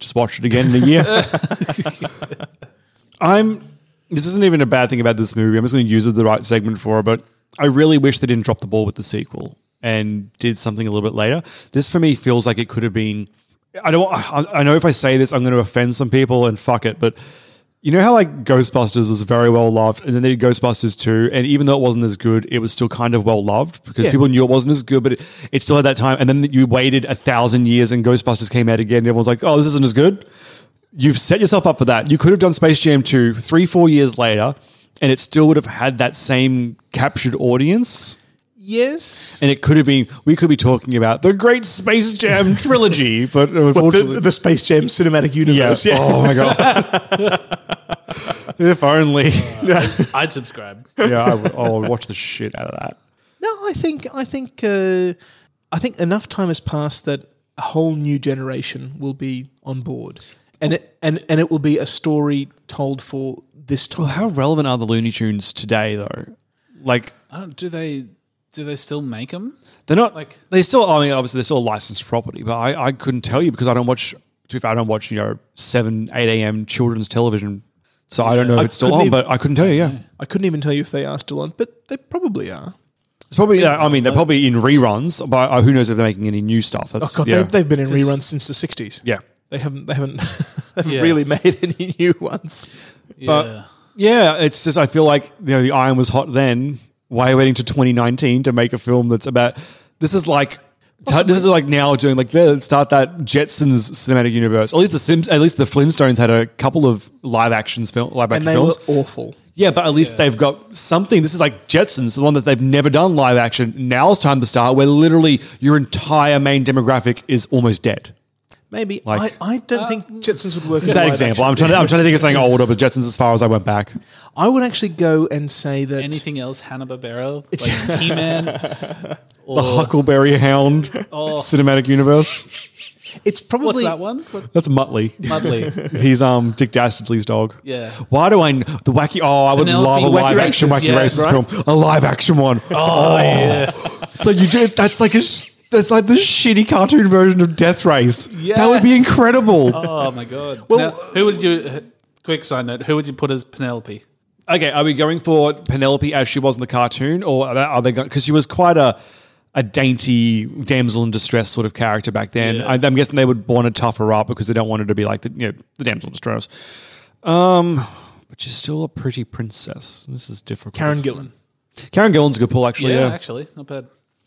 S7: Just watch it again in a year. I'm. This isn't even a bad thing about this movie. I'm just going to use it the right segment for it, but I really wish they didn't drop the ball with the sequel and did something a little bit later. This for me feels like it could have been. I don't. I I know if I say this, I'm going to offend some people, and fuck it. But you know how like Ghostbusters was very well loved, and then they did Ghostbusters two, and even though it wasn't as good, it was still kind of well loved because
S8: Yeah.
S7: people knew it wasn't as good, but it, it still had that time. And then you waited a thousand years, and Ghostbusters came out again. And everyone's like, "Oh, this isn't as good." you've set yourself up for that. You could have done Space Jam 2 three, four years later, and it still would have had that same captured audience.
S8: Yes.
S7: And it could have been, we could be talking about the great Space Jam trilogy, but
S8: What,
S7: unfortunately.
S8: the, the Space Jam cinematic universe.
S7: Yeah. Oh my
S8: god.
S7: if only.
S9: I'd subscribe.
S7: yeah, I would, oh, I would watch the shit out of that.
S8: no, I think I think uh, I think enough time has passed that a whole new generation will be on board, and it and and it will be a story told for this time.
S7: How relevant are the Looney Tunes today, though? Like,
S9: I don't, do they do they still make them?
S7: They're not
S9: Like-
S7: like they still. I mean, obviously they're still a licensed property, but I, I couldn't tell you because I don't watch. To be fair, I don't watch you know seven eight a.m. children's television, so I don't know if
S8: I
S7: it's still
S8: couldn't
S7: on.
S8: even-
S7: but I couldn't tell you. Yeah,
S8: I couldn't even tell you if they are still on, but they probably are.
S7: it's probably. uh, I mean, they're probably in reruns, but uh, who knows if they're making any new stuff?
S8: Oh
S7: That's,
S8: god,
S7: yeah.
S8: they, they've been in
S7: 'Cause-
S8: reruns since the sixties.
S7: Yeah.
S8: they haven't. They haven't. they haven't
S7: Yeah.
S8: really made any new ones.
S7: But yeah, it's just I feel like you know the iron was hot then. Why are you waiting to 2019 to make a film that's about this is like this is like now doing like let's start that Jetsons cinematic universe. At least the Sims, at least the Flintstones had a couple of live actions film live action
S8: and they
S7: films.
S8: were awful.
S7: yeah, but at least they've got something. This is like Jetsons, the one that they've never done live action. Now's time to start where literally your entire main demographic is almost dead.
S8: Maybe
S7: Like- uh,
S8: I, I don't think Jetsons would work. as
S7: That
S8: a live
S7: example.
S8: action.
S7: I'm trying, to, I'm trying to think of something older, but Jetsons as far as I went back.
S8: I would actually go and say that
S9: Anything else? Hanna Barbera, like He Man,
S7: the
S8: Oh.
S7: Huckleberry Hound
S9: Oh.
S7: cinematic universe.
S8: It's probably
S9: what's that one?
S7: That's Muttley.
S9: Muttley.
S7: He's um Dick Dastardly's dog.
S9: Yeah.
S7: Why do I kn- the wacky? Oh, I would love
S9: Penelope
S7: a
S9: Wacky
S7: live action
S9: Races,
S7: wacky
S9: yeah,
S7: racist
S9: right?
S7: film. A live action one. Oh,
S9: yeah.
S7: so you do that's like a sh- that's like the shitty cartoon version of Death Race. That would be incredible.
S9: Oh my god!
S7: Well-
S9: Now, who would you? uh, Quick side note: Who would you put as Penelope?
S7: Okay, are we going for Penelope as she was in the cartoon, or are they- are they going because she was quite a a dainty damsel in distress sort of character back then? I, I'm guessing they would want to tough her up because they don't want her to be like the you know the damsel in distress. Um, which is still a pretty princess. This is difficult.
S8: Karen Gillan.
S7: Karen Gillan's a good pull, actually. Yeah,
S9: actually, not bad.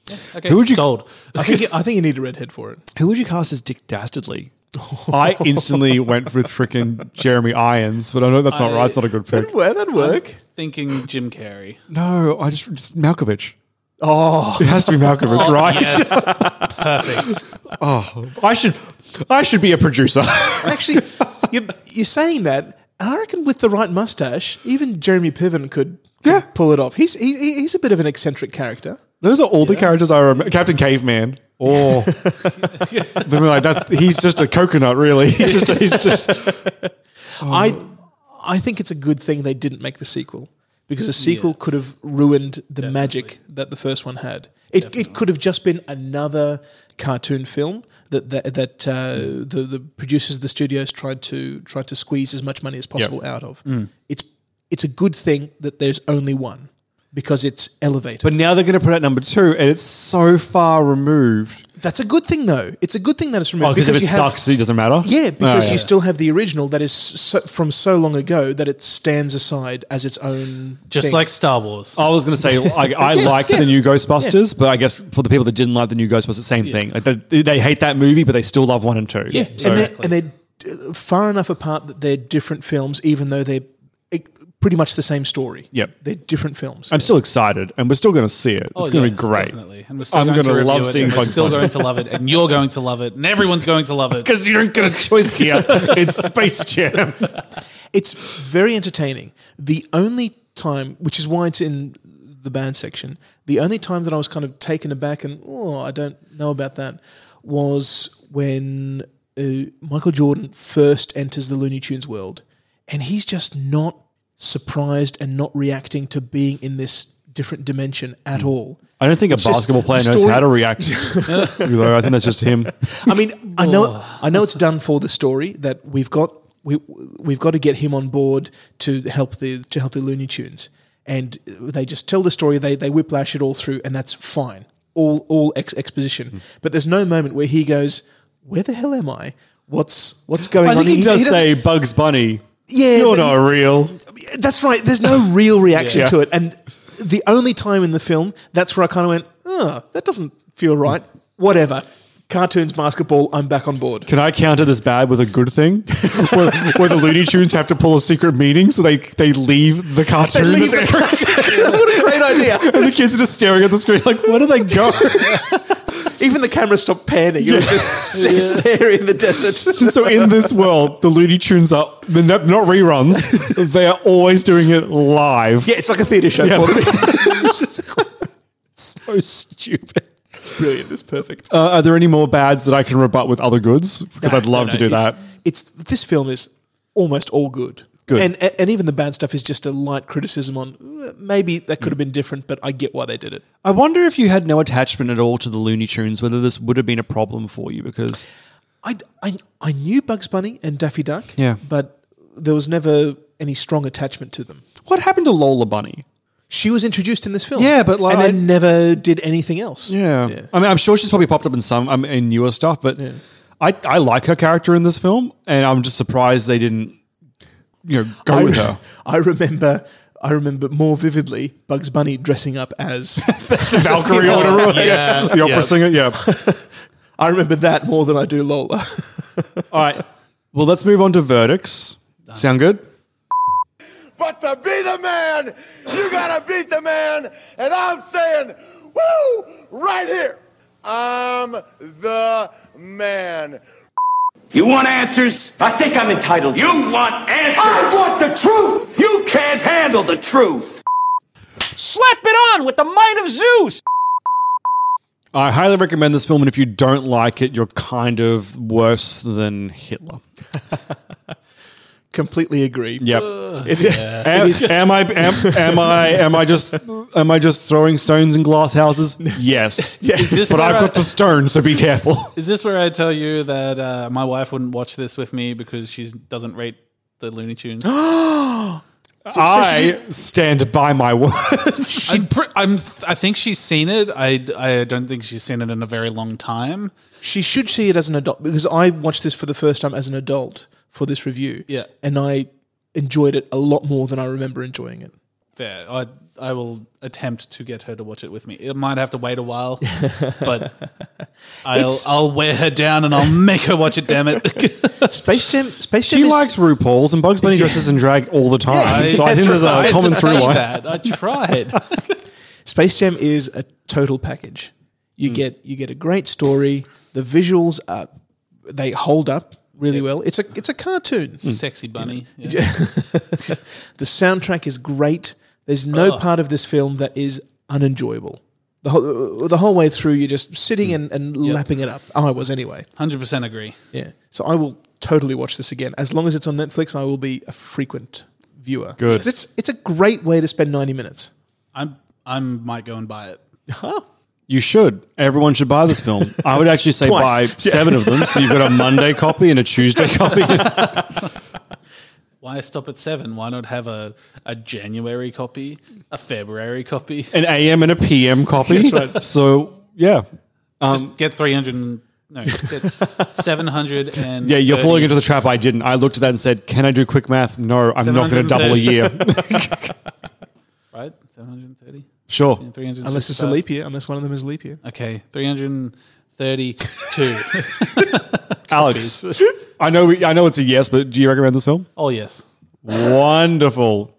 S9: Yeah, okay,
S7: Who would you-
S9: sold.
S8: I think I think you need a redhead for it.
S7: Who would you cast as Dick Dastardly? I instantly went with freaking Jeremy Irons, but I know that's not
S9: I-
S7: right. It's not a good pick.
S8: that'd work.
S9: Thinking Jim Carrey.
S7: No, I just, just Malkovich.
S8: Oh,
S7: it has to be Malkovich,
S9: Oh,
S7: right?
S9: yes. Perfect.
S7: oh, I should, I should be a producer.
S8: Actually, you're, you're saying that, and I reckon with the right mustache, even Jeremy Piven could, could pull it off. He's he, he- he's a bit of an eccentric character.
S7: Those are all the characters I remember. Captain Caveman. Oh, They were like that. He's just a coconut, really. He's just, he's just.
S8: I I think it's a good thing they didn't make the sequel because a sequel could have ruined the magic that the first one had. It, it could have just been another cartoon film that that, that uh, the the producers of the studios tried to tried to squeeze as much money as possible out of.
S7: Mm.
S8: It's it's a good thing that there's only one because it's elevated.
S7: But now they're going to put out number two, and it's so far removed.
S8: That's a good thing though. It's a good thing that it's removed
S7: Oh, because if it
S8: you have-
S7: sucks, it doesn't matter.
S8: Yeah, because
S7: Oh,
S8: you
S7: yeah.
S8: still have the original that is so, from so long ago that it stands aside as its own.
S9: Just
S8: thing.
S9: like Star Wars.
S7: I was going to say I, I
S8: Yeah,
S7: liked
S8: yeah.
S7: the new Ghostbusters, but I guess for the people that didn't like the new Ghostbusters, same thing. Like they, they hate that movie, but they still love one and two.
S8: Yeah,
S7: So-
S8: and, they're, and they're uh, far enough apart that they're different films, even though they're eh, pretty much the same story.
S7: Yep.
S8: They're different films.
S7: I'm still excited, and we're still going to see it.
S9: Oh,
S7: it's going to
S9: yes,
S7: be great.
S9: Definitely. And we're still
S7: I'm
S9: going to
S7: gonna
S9: love
S7: love
S9: it,
S7: seeing
S9: seeing We're
S7: Bugs
S9: still
S7: Bunny.
S9: going to love it, and you're going to love it, and everyone's going to love it.
S7: Because you don't get a choice here. it's Space Jam.
S8: It's very entertaining. The only time, which is why it's in the band section, the only time that I was kind of taken aback and, oh, I don't know about that, was when uh, Michael Jordan first enters the Looney Tunes world. And he's just not surprised and not reacting to being in this different dimension at all.
S7: I don't think
S8: It's
S7: a
S8: just
S7: basketball player knows
S8: story-
S7: how to react. Although I think that's just him.
S8: I mean, I know, I know it's done for the story that we've got. We we've got to get him on board to help the to help the Looney Tunes, and they just tell the story. They they whiplash it all through, and that's fine. All all ex- exposition,
S7: Hmm.
S8: but there's no moment where he goes, "Where the hell am I? What's what's going
S7: I
S8: on?"
S7: think he does
S8: doesn't-
S7: say Bugs Bunny.
S8: Yeah,
S7: you're
S8: but
S7: not real.
S8: That's right. There's no real reaction
S7: Yeah.
S8: to it, and the only time in the film that's where I kind of went, "Oh, that doesn't feel right." Whatever. Cartoons, basketball. I'm back on board.
S7: Can I counter this bad with a good thing? where, where the Looney Tunes have to pull a secret meeting, so they they leave the cartoon.
S8: leave
S7: that's-
S8: the what a great idea.
S7: and the kids are just staring at the screen like, where do they go?
S8: Even the camera stopped panning. It was just sits there in the desert.
S7: so in this world, the Looney Tunes are they're not, not reruns. They are always doing it live.
S8: Yeah, it's like a theatre show
S7: Yeah.
S8: for them.
S7: so stupid.
S8: Brilliant. It's perfect.
S7: Uh, are there any more bads that I can rebut with other goods? Because I'd love to do that.
S8: It's this film is almost all good.
S7: Good.
S8: And and even the bad stuff is just a light criticism on "Mm, maybe that could have been different, but I get why they did it.
S7: I wonder if you had no attachment at all to the Looney Tunes, whether this would have been a problem for you because
S8: I, I, I knew Bugs Bunny and Daffy Duck,
S7: Yeah.
S8: but there was never any strong attachment to them.
S7: what happened to Lola Bunny?
S8: She was introduced in this film,
S7: Yeah, but like-
S8: and then never did anything else.
S7: Yeah. I mean, I'm sure she's probably popped up in some um, in newer stuff, but I, I like her character in this film, and I'm just surprised they didn't, you know, go
S8: I,
S7: with her.
S8: I remember. I remember more vividly Bugs Bunny dressing up as the
S7: Valkyrie or whatever. it was.
S9: Yeah.
S7: The opera
S9: Yeah.
S7: singer. Yeah.
S8: I remember that more than I do Lola.
S7: All right. Well, let's move on to verdicts. Sound good?
S3: But to be the man, you gotta beat the man. And I'm saying, woo, right here. I'm the man.
S21: You want answers? I think I'm entitled. You want answers? I want the truth! You can't handle the truth!
S22: Slap it on with the might of Zeus!
S7: I highly recommend this film, and if you don't like it, you're kind of worse than Hitler.
S8: Completely agree.
S7: Yep.
S8: It-
S7: Am,
S8: it is-
S7: am I am, am I am I just am I just throwing stones in glass houses? Yes.
S9: Is this
S7: But
S9: where
S7: I've
S9: I-
S7: got the stone, so be careful.
S9: Is this where I tell you that uh, my wife wouldn't watch this with me because she doesn't rate the Looney Tunes?
S7: I stand by my word.
S9: I'm, pr- I'm. I think she's seen it. I. I don't think she's seen it in a very long time.
S8: She should see it as an adult because I watched this for the first time as an adult for this review.
S9: Yeah.
S8: and I enjoyed it a lot more than I remember enjoying it.
S9: Fair. I I will attempt to get her to watch it with me. It might have to wait a while, but I'll
S8: It's-
S9: I'll wear her down and I'll make her watch it. Damn it!
S8: Space Jam. Space Jam.
S7: She
S8: is-
S7: likes RuPaul's and Bugs Bunny dresses in drag all the time.
S8: Yeah,
S7: so I
S8: that's
S7: think there's
S8: right.
S7: a
S8: I
S7: common
S8: just
S7: through
S8: say
S7: line.
S8: that.
S9: I tried.
S8: Space Jam is a total package. You get you get a great story. The visuals are they hold up really well. It's a it's a cartoon.
S9: Sexy bunny.
S8: Yeah. the soundtrack is great. There's no
S9: Ugh.
S8: part of this film that is unenjoyable. The whole uh, the whole way through, you're just sitting and, and lapping it up. Oh, I was anyway.
S9: Hundred percent agree.
S8: Yeah. So I will totally watch this again. As long as it's on Netflix, I will be a frequent viewer.
S9: Good.
S8: 'Cause It's it's a great way to spend ninety minutes.
S9: I'm I might go and buy it.
S7: You should. Everyone should buy this film. I would actually say
S9: Twice.
S7: buy
S9: Yeah.
S7: seven of them. So you've got a Monday copy and a Tuesday copy.
S9: Why stop at seven? Why not have a, a January copy, a February copy?
S7: an AM and a PM copy.
S9: That's right.
S7: So yeah, um,
S9: Just get three hundred. No, that's seven hundred and
S7: yeah, you're falling into the trap. I didn't. I looked at that and said, "Can I do quick math? No, I'm not going to double a year.
S9: right? Seven hundred and thirty.
S7: Sure.
S8: Unless it's a leap year. Unless one of them is a leap year.
S9: Okay, three hundred and thirty-two.
S7: Alex, I know. We, I know it's a yes, but do you recommend this film?
S9: Oh yes,
S7: Wonderful.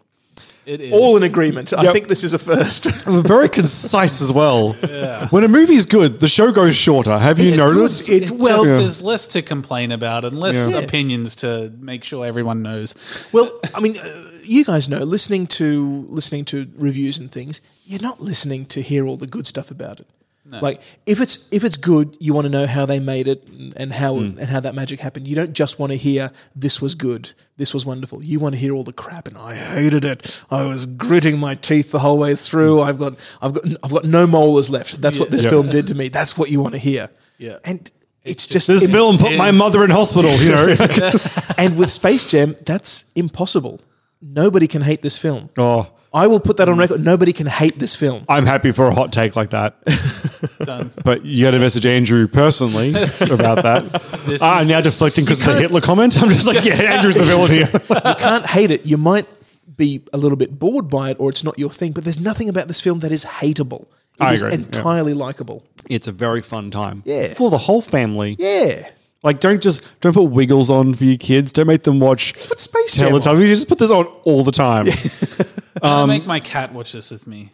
S9: it is
S8: All in agreement. I
S7: Yep.
S8: think this is a first.
S7: Very concise as well.
S9: Yeah.
S7: When a movie's good, the show goes shorter. Have you noticed?
S9: It's well,
S7: Yeah.
S9: there's less to complain about and less
S8: Yeah.
S9: opinions to make sure everyone knows.
S8: Well, I mean, uh, you guys know listening to listening to reviews and things. You're not listening to hear all the good stuff about it.
S9: No.
S8: Like if it's if it's good, you want to know how they made it and, and how
S7: Hmm.
S9: Mm.
S8: and how that magic happened. You don't just want to hear this was good, this was wonderful. You want to hear all the crap and I hated it. I was gritting my teeth the whole way through.
S7: Hmm.
S8: I've got I've got I've got no molars left. That's what
S9: Yeah.
S8: this
S9: Yeah.
S8: film did to me. That's what you want to hear.
S9: Yeah.
S8: And it's just
S7: This film put my mother in hospital, you know.
S8: and with Space Jam, that's impossible. Nobody can hate this film.
S7: Oh.
S8: I will put that on record. Nobody can hate this film.
S7: I'm happy for a hot take like that. But you got to message Andrew personally about that.
S8: This
S7: Ah, I'm
S8: is-
S7: now deflecting because of the
S8: You can't-
S7: Hitler comment. I'm just like, yeah, Andrew's the villain here.
S8: you can't hate it. You might be a little bit bored by it, or it's not your thing. But there's nothing about this film that is hateable. It is
S7: I agree, yeah.
S8: entirely likable.
S7: It's a very fun time.
S8: Yeah.
S7: For the whole family.
S8: Yeah.
S7: Like, don't just don't put Wiggles on for your kids. Don't make them watch put
S8: Space
S9: Jam on.
S7: Teletubbies. You just put this on all the time.
S9: I
S7: Um,
S9: make my cat watch this with me.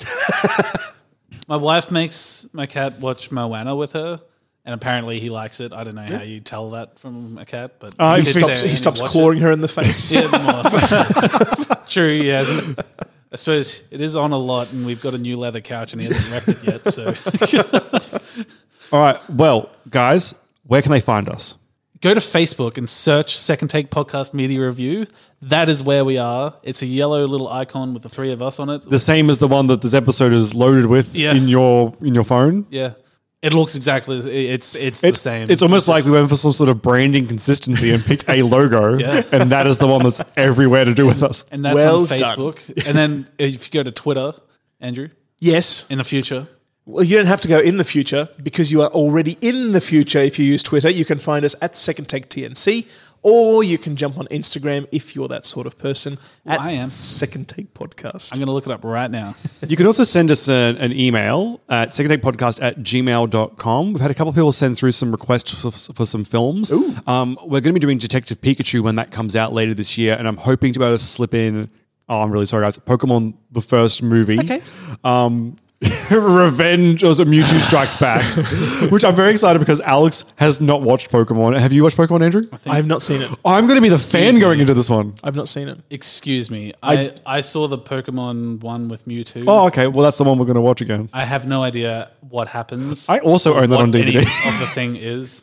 S9: my wife makes my cat watch Moana with her, and apparently he likes it. I don't know how you tell that from a cat, but
S8: Uh, he
S9: sits
S8: stops-
S9: there
S8: he
S9: and
S8: stops
S9: watches
S8: clawing
S9: it.
S8: her in the face.
S9: yeah, more. True, he hasn't. I suppose it is on a lot, and we've got a new leather couch, and he hasn't wrapped it yet. So
S7: all right. Well, guys, where can they find us?
S9: go to Facebook and search Second Take Podcast Media Review. That is where we are. It's a yellow little icon with the three of us on it.
S7: The same as the one that this episode is loaded with
S9: Yeah.
S7: in your in your phone.
S9: Yeah, it looks exactly. It's it's, the same.
S7: It's almost like we went for some sort of branding consistency and picked a logo,
S9: Yeah.
S7: and that is the one that's everywhere to do with us.
S9: and that's
S8: Well
S9: on
S8: done.
S9: Facebook. and then if you go to Twitter, Andrew,
S8: Yes.
S9: in the future,
S8: Well, you don't have to go in the future because you are already in the future if you use Twitter. You can find us at Second Take TNC, or you can jump on Instagram if you're that sort of person. at
S9: I am.
S8: Second Take Podcast.
S9: I'm going to look it up right now.
S7: You can also send us an, an email at secondtakepodcast at gmail.com. We've had a couple of people send through some requests for, for some films. Um, we're going to be doing Detective Pikachu when that comes out later this year, and I'm hoping to be able to slip in. Oh, I'm really sorry, guys. Pokemon, the first movie. Okay. Um, Revenge or is it Mewtwo Strikes Back, which I'm very excited because Alex has not watched Pokemon. Have you watched Pokemon, Andrew?
S8: I have not seen it.
S7: I'm going to be the fan
S9: me.
S7: going into this one.
S8: I've not seen it.
S9: Excuse me. I,
S7: I-
S9: I, saw the Pokemon one with Mewtwo.
S7: Oh, okay. Well, that's the one we're going to watch again.
S9: I have no idea what happens.
S7: I also
S9: or
S7: own that
S9: what
S7: on
S9: any
S7: DVD.
S9: of the thing is,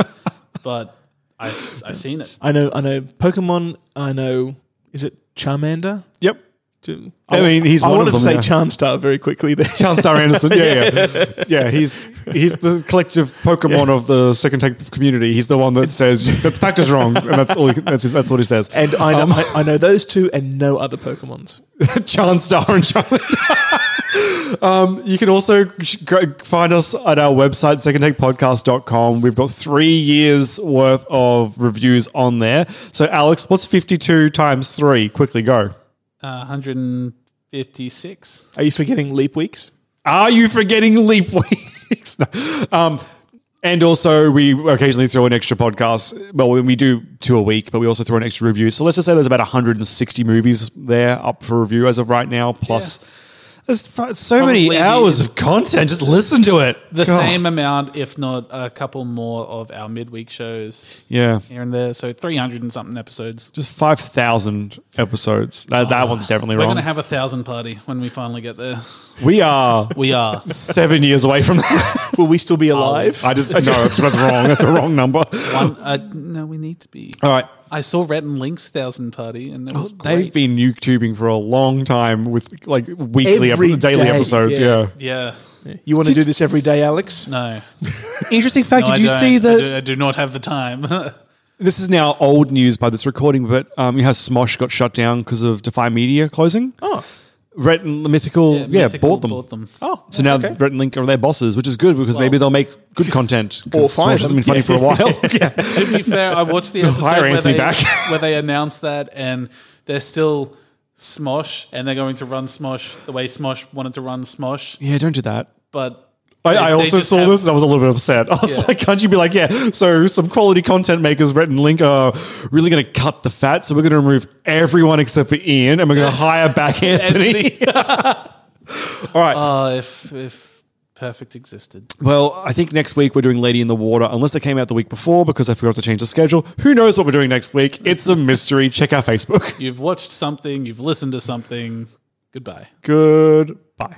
S9: but I, s- I seen it.
S8: I know, I know Pokemon. I know. Is it Charmander?
S7: Yep.
S8: Do-
S7: I mean, he's
S8: I
S7: one
S8: wanted
S7: of
S8: to
S7: them,
S8: say
S7: yeah.
S8: Chanstar very quickly. There,
S7: Chanstar Anderson. Yeah, yeah, yeah. He's he's the collective Pokemon of the second tech community. He's the one that says that fact is wrong, and that's all. He, that's his, that's what he says.
S8: And I know,
S7: Um,
S8: I, I know those two and no other Pokemons.
S7: Chanstar and Charmander. Um, you can also sh- go- find us at our website, secondtakepodcast.com. We've got three years worth of reviews on there. So, Alex, what's 52 times three? Quickly go.
S9: Uh, 156.
S7: Are you forgetting leap weeks? Are you forgetting leap weeks? No. um, and also, we occasionally throw an extra podcast. Well, we do two a week, but we also throw an extra review. So let's just say there's about 160 movies there up for review as of right now. Plus, there's fu- so
S9: Probably
S7: many
S9: the-
S7: hours of content. Just listen to it.
S9: The
S7: God.
S9: same amount, if not a couple more, of our midweek shows.
S7: Yeah.
S9: Here and there. So 300 and something episodes.
S7: Just 5,000 episodes. That, that one's definitely
S9: We're
S7: wrong.
S9: going to have a thousand party when we finally get there.
S7: we are.
S9: We are.
S7: Seven years away from that. Um,
S8: Will we still be
S9: alive?
S7: I just. No, that's, that's wrong. That's a wrong number.
S9: One, uh, no, we need to be.
S7: All right.
S9: I saw Rhett and Link's thousand party, and it was
S7: Oh, They've
S9: great.
S7: been YouTubing for a long time with like weekly,
S8: Every
S7: epi- daily
S8: day,
S7: episodes.
S8: yeah.
S7: Yeah.
S9: Yeah.
S8: You want to do this every day, Alex?
S9: No.
S7: Interesting fact.
S9: No, I
S7: did you
S9: don't.
S7: see
S9: I
S7: that?
S9: do, I do not have the time.
S7: This is now old news by this recording, but um, you know how Smosh got shut down because of Defy Media closing. Oh. Red and Mythical, yeah,
S9: Mythical
S7: bought them.
S9: bought them.
S7: Oh, so now Red and Link are their bosses, which is good because maybe they'll make good content. 'cause
S8: Or
S7: Smosh
S8: fire
S7: hasn't
S8: them.
S7: been funny for a while.
S9: to be fair, I watched the episode
S7: Hire
S9: where
S7: Anthony
S9: they,
S7: back.
S9: where they announced that, and they're still Smosh, and they're going to run Smosh the way Smosh wanted to run Smosh,
S7: yeah, don't do that.
S9: but
S7: I,
S9: they-
S7: I
S9: they
S7: also
S9: just
S7: saw
S9: have-
S7: this and I was a little bit upset. I was
S9: Yeah.
S7: like, can't you be like, yeah, so some quality content makers, Rhett and Link, are really going to cut the fat. So we're going to remove everyone except for Ian and we're going to hire back Anthony. All right.
S9: Oh, if if Perfect existed,
S7: Well, I think next week we're doing Lady in the Water, unless it came out the week before because I forgot to change the schedule. Who knows what we're doing next week? It's a mystery. Check our Facebook.
S9: you've watched something, you've listened to something. Goodbye.
S7: Goodbye.